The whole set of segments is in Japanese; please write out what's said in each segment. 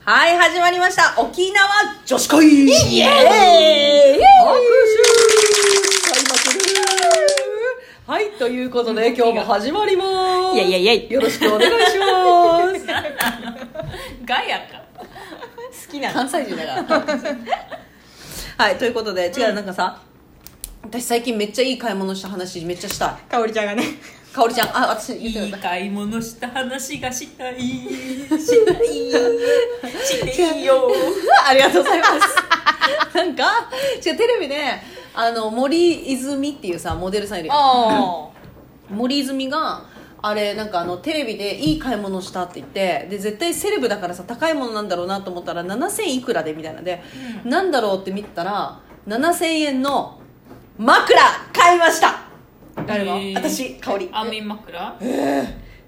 はい、始まりました。沖縄女子会イエーイ拍手開幕ですはい、ということで、今日も始まります。いやいやいやいよろしくお願いしまガヤか好きなす。の 関西人だから。はい、ということで、違う、なんかさ、私最近めっちゃいい買い物した話、めっちゃしたい。かおりちゃんがねかおりちゃん、あ、私言っていくいださ買い物した話がしたいしたいしていいよ ありがとうござい ます。なんか、違う、テレビで、あの、森泉っていうさ、モデルさんいるよあ森泉があれなんかあのテレビでいい買い物したって言ってで絶対セレブだからさ高いものなんだろうなと思ったら7000いくらでみたいなので、なんだろうって見てたら7000円の枕買いました誰がへー私香りあ網枕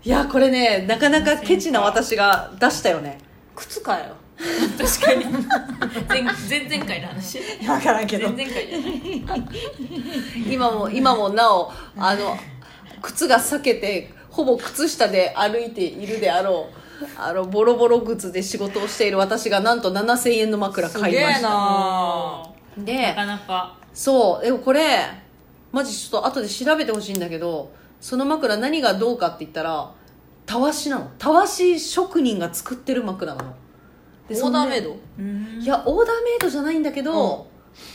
いやこれねなかなかケチな私が出したよね靴かよ確かに前前々回の話分からんけ前ど々回じゃない今も今もなおあの靴が裂けてほぼ靴下で歩いているであろうあのボロボロ靴で仕事をしている私がなんと7000円の枕買いましすげえたなあなでかなかそうでもこれマジちょっと後で調べてほしいんだけどその枕何がどうかって言ったらたわしなのたわし職人が作ってる枕なのでオそーのダねーメイドうんいやオーダーメイドじゃないんだけど、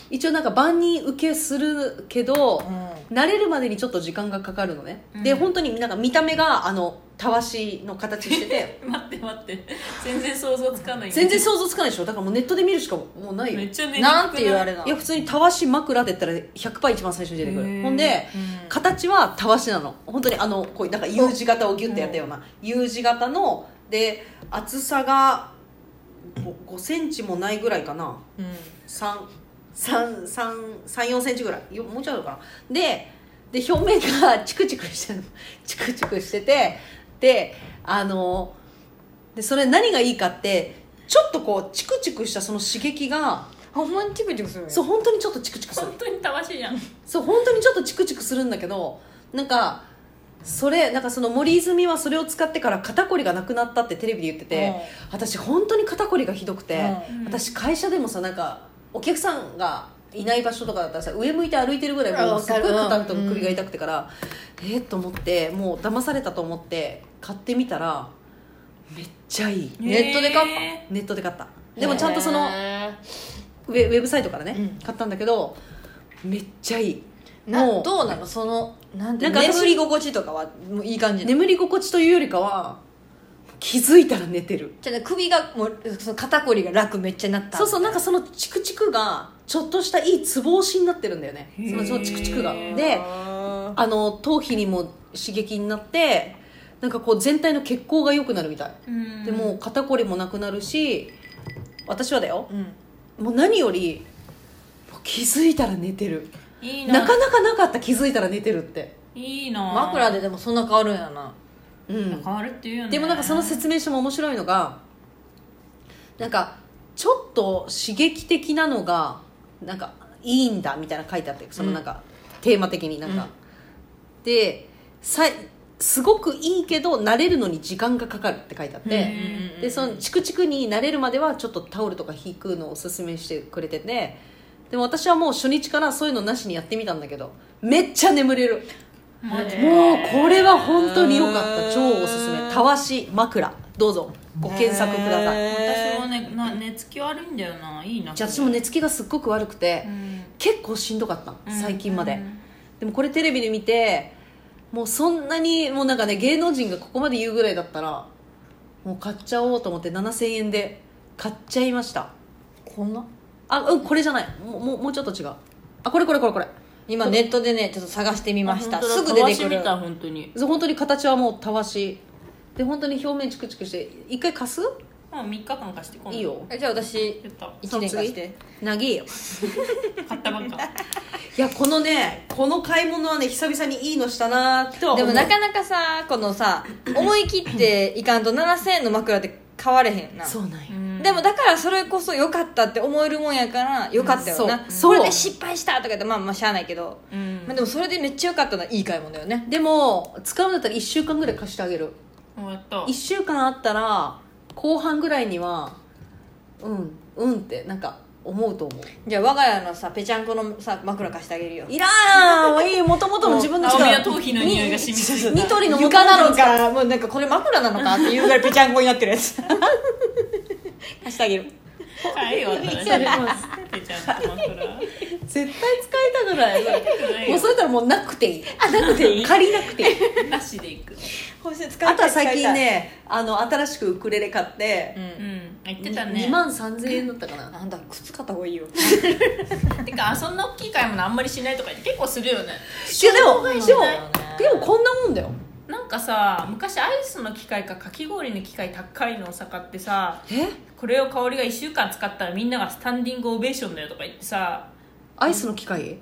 一応なんか万人受けするけど、慣れるまでにちょっと時間がかかるのね、うんで本当になんか見た目があのたわしの形してて待って待って全然想像つかない全然想像つかないでしょだからもうネットで見るしかもうないよめっいちゃねなんて言われたや普通にたわし枕って言ったら100%一番最初に出てくへーるほんでうん形はたわしなの本当にあのこういうなんか U 字型をギュッてやったような U 字型ので厚さが5センチもないぐらいかな34センチぐらいよもうちょいあるかなでで表面が チクチクしてるのチクチクしててであのでそれ何がいいかってちょっとこうチクチクしたその刺激がほんまにチクチクするそう本当にちょっとチクチクする本当にたわしじゃんそう本当にちょっとチクチクするんだけどなんかそれなんかその森泉はそれを使ってから肩こりがなくなったってテレビで言ってて、私本当に肩こりがひどくて、うん私会社でもさなんかお客さんがいない場所とかだったらさ上向いて歩いてるぐらいもあうわすかごいる肩と首が痛くてから、えーっと思ってもう騙されたと思って買ってみたらめっちゃいいネットで買ったへネットで買ったでもちゃんとそのウェウェブサイトからね、うん買ったんだけどめっちゃいいなもうどうなのそのなんてなんか私眠り心地とかはもういい感じなの眠り心地というよりかは気づいたら寝てるじゃあね首がもうその肩こりが楽めっちゃなったそうそうなんかそのチクチクがちょっとしたいいツボ押しになってるんだよねへーそのそのチクチクがでであの頭皮にも刺激になってなんかこう全体の血行が良くなるみたい、ーうんでもう肩こりもなくなるし私はだようんもう何よりもう気づいたら寝てるいいななかなかなかった気づいたら寝てるっていいな枕ででもそんな変わるんやなういやん変わるっていうよねでもなんかその説明書も面白いのがなんかちょっと刺激的なのがなんかいいんだみたいな書いてあってそのなんか、テーマ的になんか、でさすごくいいけど慣れるのに時間がかかるって書いてあって、でそのチクチクに慣れるまではちょっとタオルとか引くのをおすすめしてくれててでも私はもう初日からそういうのなしにやってみたんだけどめっちゃ眠れるマジもうこれは本当に良かった超おすすへめーたわし枕どうぞご検索ください私もねな寝つき悪いんだよないいなじゃあ私も寝つきがすっごく悪くて、うん結構しんどかったの最近まで、うんでもこれテレビで見てもうそんなにもうなんかね芸能人がここまで言うぐらいだったらもう買っちゃおうと思って7000円で買っちゃいましたこんなあうんこれじゃないもうもうもうちょっと違うあこれこれこれこれ今ネットでねちょっと探してみました本当だすぐ出てくたわしる見た本当にそう本当に形はもうたわしで本当に表面チクチクして一回貸すもう3日間貸して今度いいよえじゃあ私やった1年貸してなぎよ買ったばっかいやこのねこの買い物はね久々にいいのしたなとはで思うもなかなかさこのさ思い切っていかんと7000円の枕って買われへんなそうなんや、うん でもだからそれこそ良かったって思えるもんやから良かったよそな、うこそうれで失敗したとか言ってまあまあしゃあないけど、うんまあ、でもそれでめっちゃ良かったのはいい買い物だよねでも使うんだったら1週間ぐらい貸してあげるもうやった1週間あったら後半ぐらいにはうんうんってなんか思うと思うじゃあ我が家のさぺちゃんこのさ枕貸してあげるよいらんいいもともとの自分の青みや力頭皮の匂いが染みついてニトリの床なのか かもうなんかこれ枕なのかっていうぐらいぺちゃんこになってるや つ貸してあげるはいわ私それもペちゃんと枕絶対使いたくないももううそそれったらもうなくていいあなくていい借りなくていいれなしでいくこうして使いたいあとは最使い近たいねあの新しくウクレレ買って、うんん言ってたね2万3000円だったかななんだ靴買った方がいいよてかそんな大きい買い物あんまりしないとか言って結構するよねいやでもでもそうだよねでもこんなもんだよなんかさ昔アイスの機械かかき氷の機械高いのをさ買ってさえこれを香りが1週間使ったらみんながスタンディングオベーションだよとか言ってさアイスの機械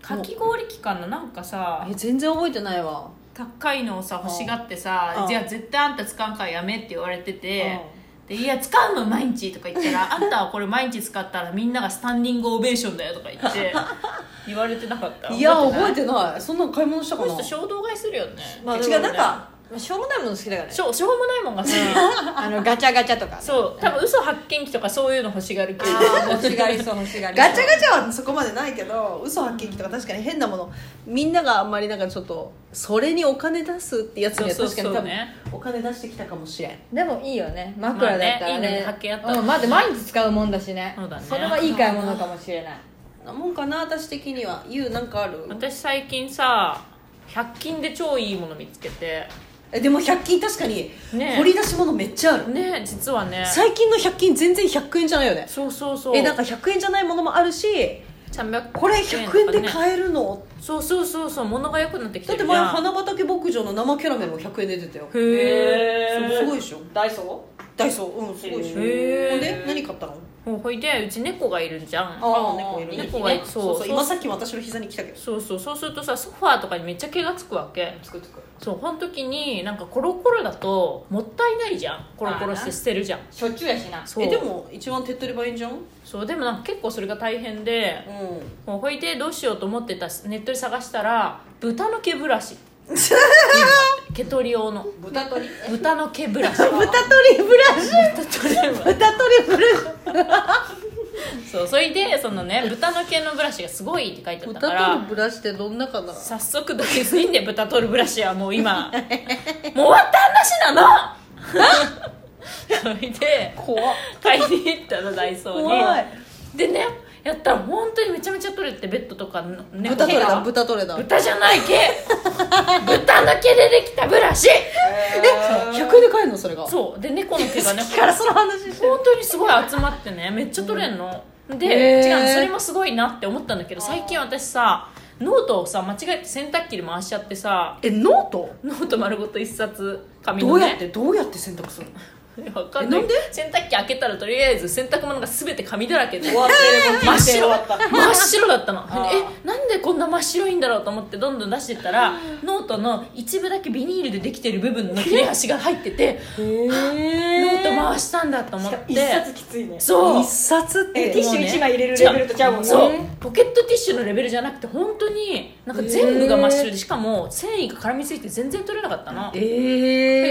かき氷機関のなんかさえ全然覚えてないわ高いのをさ欲しがってうさんじゃあ絶対あんた使うからやめって言われててうでいや使うの毎日とか言ったら あんたはこれ毎日使ったらみんながスタンディングオベーションだよとか言って 言われてなかったいや覚えててないそんなの買い物したかこなの人衝動買いするよねまあ違でもうなんかんしょうもないもの好きだからねしょしょうもないもんが好き あのガチャガチャとかそう多分嘘発見器とかそういうの欲しがるけどあー欲しがりそう欲しがりそうガチャガチャはそこまでないけど嘘発見器とか確かに変なものみんながあんまりなんかちょっとそれにお金出すってやつにはそう確そかに多うそう分ねお金出してきたかもしれんでもいいよね枕だったらまあねいいのにね掛け合ったらうんまあで毎日使うもんだしねそうだねれはいい買い物かもしれないなもんかな私的には YOU なんかある私最近さ100均で超いいもの見つけてえでも100均確かにねえ掘り出し物めっちゃある、ね実はね最近の100均全然100円じゃないよねそうそうそうえなんか100円じゃないものもあるし300これ100円でとかね買えるの、そうそうそうそう物が良くなってきだてってる前やん花畑牧場の生キャラメルも100円で出てたよへーすごいでしょダイソダイソーうんすごいでしょほんへーで何買ったのもうほいでうち猫がいるじゃんあー猫いるね猫がいるそうそうそう今さっきも私の膝に来たけどそうそうそうするとさソファーとかにめっちゃ毛がつくわけつくつくそうこの時になんかコロコロだともったいないじゃんコロコロして捨てるじゃんしょっちゅうやしなそうえでも一番手っ取り早いんじゃんうんそうでもなんか結構それが大変でもうほいでどうしようと思ってたネットで探したら豚の毛ブラシ毛取り用の豚取り豚の毛ブラシ 豚取りブラシ豚取りブラシそうそれでそのね豚の毛のブラシがすごいって書いてあった豚か取らりブラシってどんなかな早速ドキスインで豚取るブラシはもう今 もう終わった話なの それで怖っ買いに行ったのダイソーに怖いでねやったら本当にめちゃめちゃ取れてベッドとかのね豚取れ毛たが豚取れた豚じゃない毛 豚の毛でできたブラシえ100円で買えるのそれがそうで猫の毛がねからその話して本当にすごい集まってねめっちゃ取れんの、で、へー違うのそれもすごいなって思ったんだけど最近私さノートをさ間違えて洗濯機で回しちゃってさえノートノート丸ごと一冊紙どのうやっねてどうやって洗濯するのわかんないえなんで洗濯機開けたらとりあえず洗濯物が全て紙だらけで終わってる真っ白終わった真っ白だったのあーえなんでこんな真っ白いんだろうと思ってどんどん出してったらノートの一部だけビニールでできてる部分の切れ端が入っててノへート回したんだと思ってきついねそう一冊っえてティッシュ一枚入れるレベルとちゃうもんねそうポケットティッシュのレベルじゃなくて本当になんか全部が真っ白でしかも繊維が絡みついて全然取れなかったのえで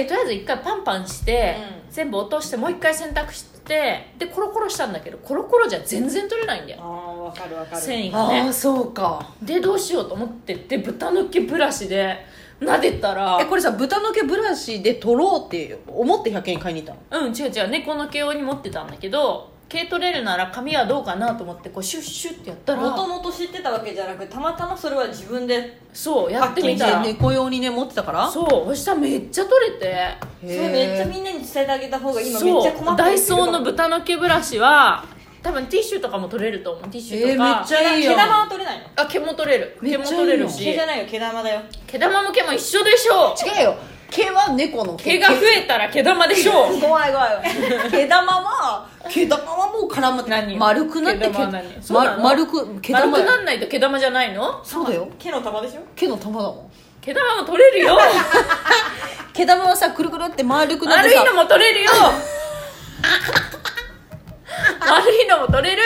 えとりあえず一回パンパンして、う全部落としてもう一回洗濯してでコロコロしたんだけどコロコロじゃ全然取れないん だあよあわかるわかる繊維があねあそうかでどうしようと思ってで豚の毛ブラシで撫でたらえこれさ豚の毛ブラシで取ろうって思って100円買いに行ったのうん違う違う猫の毛用に持ってたんだけど毛取れるなら髪はどうかなと思ってこうシュッシュッってやったもとらもと知ってたわけじゃなくたまたまそれは自分でそうやってみたらで猫用にね持ってたからそうそしたらめっちゃ取れてそへーれめっちゃみんなに伝えてあげた方が今めっちゃ困そうってるダイソーの豚の毛ブラシは多分ティッシュとかも取れると思うティッシュえとー、めかっちゃいい毛よ玉は取れないのあ毛も取れるめ毛っもちゃいいよ取れる毛しじゃないよ毛玉だよ毛玉も毛も一緒でしょう違うよ毛は猫の毛が増えたら毛玉でし ょう怖い怖い毛玉は毛玉はもう絡まって何丸くなって毛玉は何毛そうなまの丸く毛丸玉くなんないと毛玉じゃないのそうだよ毛の玉でしょ毛の玉だもん毛玉も取れ るよ毛玉はさくるくる って丸くなって丸いさのも取れるよ丸いのも取れる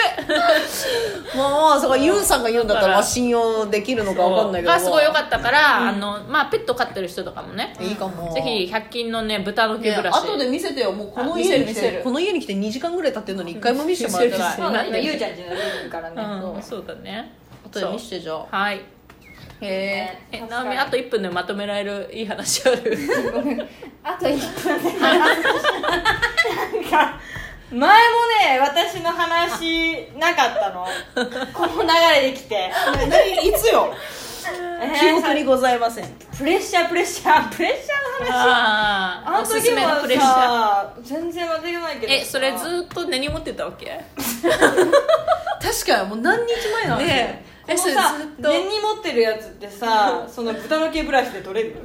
まあそこユンさんが言うんだっただらからまあ信用できるのかわかんないけどがすごい良かっったから、あのまあ、ペット飼ってる人とかもねいいかもぜひ100均のね豚の毛ねブラシ、後で見せてよもうこのあ見せ家るに来見せてるこの家に来て2時間ぐらい経ってるのに1回も見せてもらって見せないるそうだなんねでゆうちゃんちのルームからねうそん、うそうだね後で見せてじゃあはいへええ助かなるみあと1分でまとめられるいい話ある あと1分で 前もね私の話なかった のこの流れできて いつよえー記憶にございませんプレッシャープレッシャープレッシャーの話あああのおす時すめのプレッもシャーさ全然忘れないけどさえそれずっと根に持ってたわ け確かにもう何日前なのねええこそのれさずっと根に持ってるやつってさその豚の毛ブラシで取れる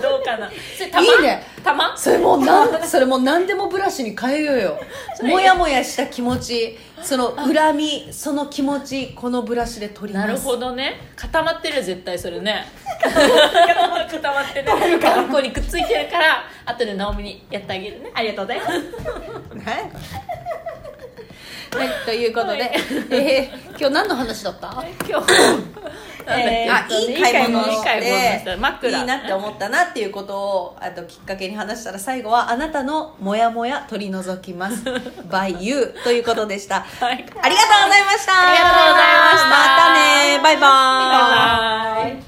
どうかなそれ玉いいね玉それもう なんそれもう何でもブラシに変えようよもやもやした気持ちその恨みその気持ちこのブラシで取りまなするほどね固まってるよ絶対そ れね固まってねあんこにくっついてるから後で直美にやってあげるねありがとうございますはい、 ということで、はいえー今日何の話だった今日えなんだーっけあいい買い物いい買い物でした枕いいなって思ったなっていうことをあときっかけに話したら最後はあなたのモヤモヤ取り除きます by you ということでした、はいありがとうございましたありがとうございましたまたねバイバイバイバイ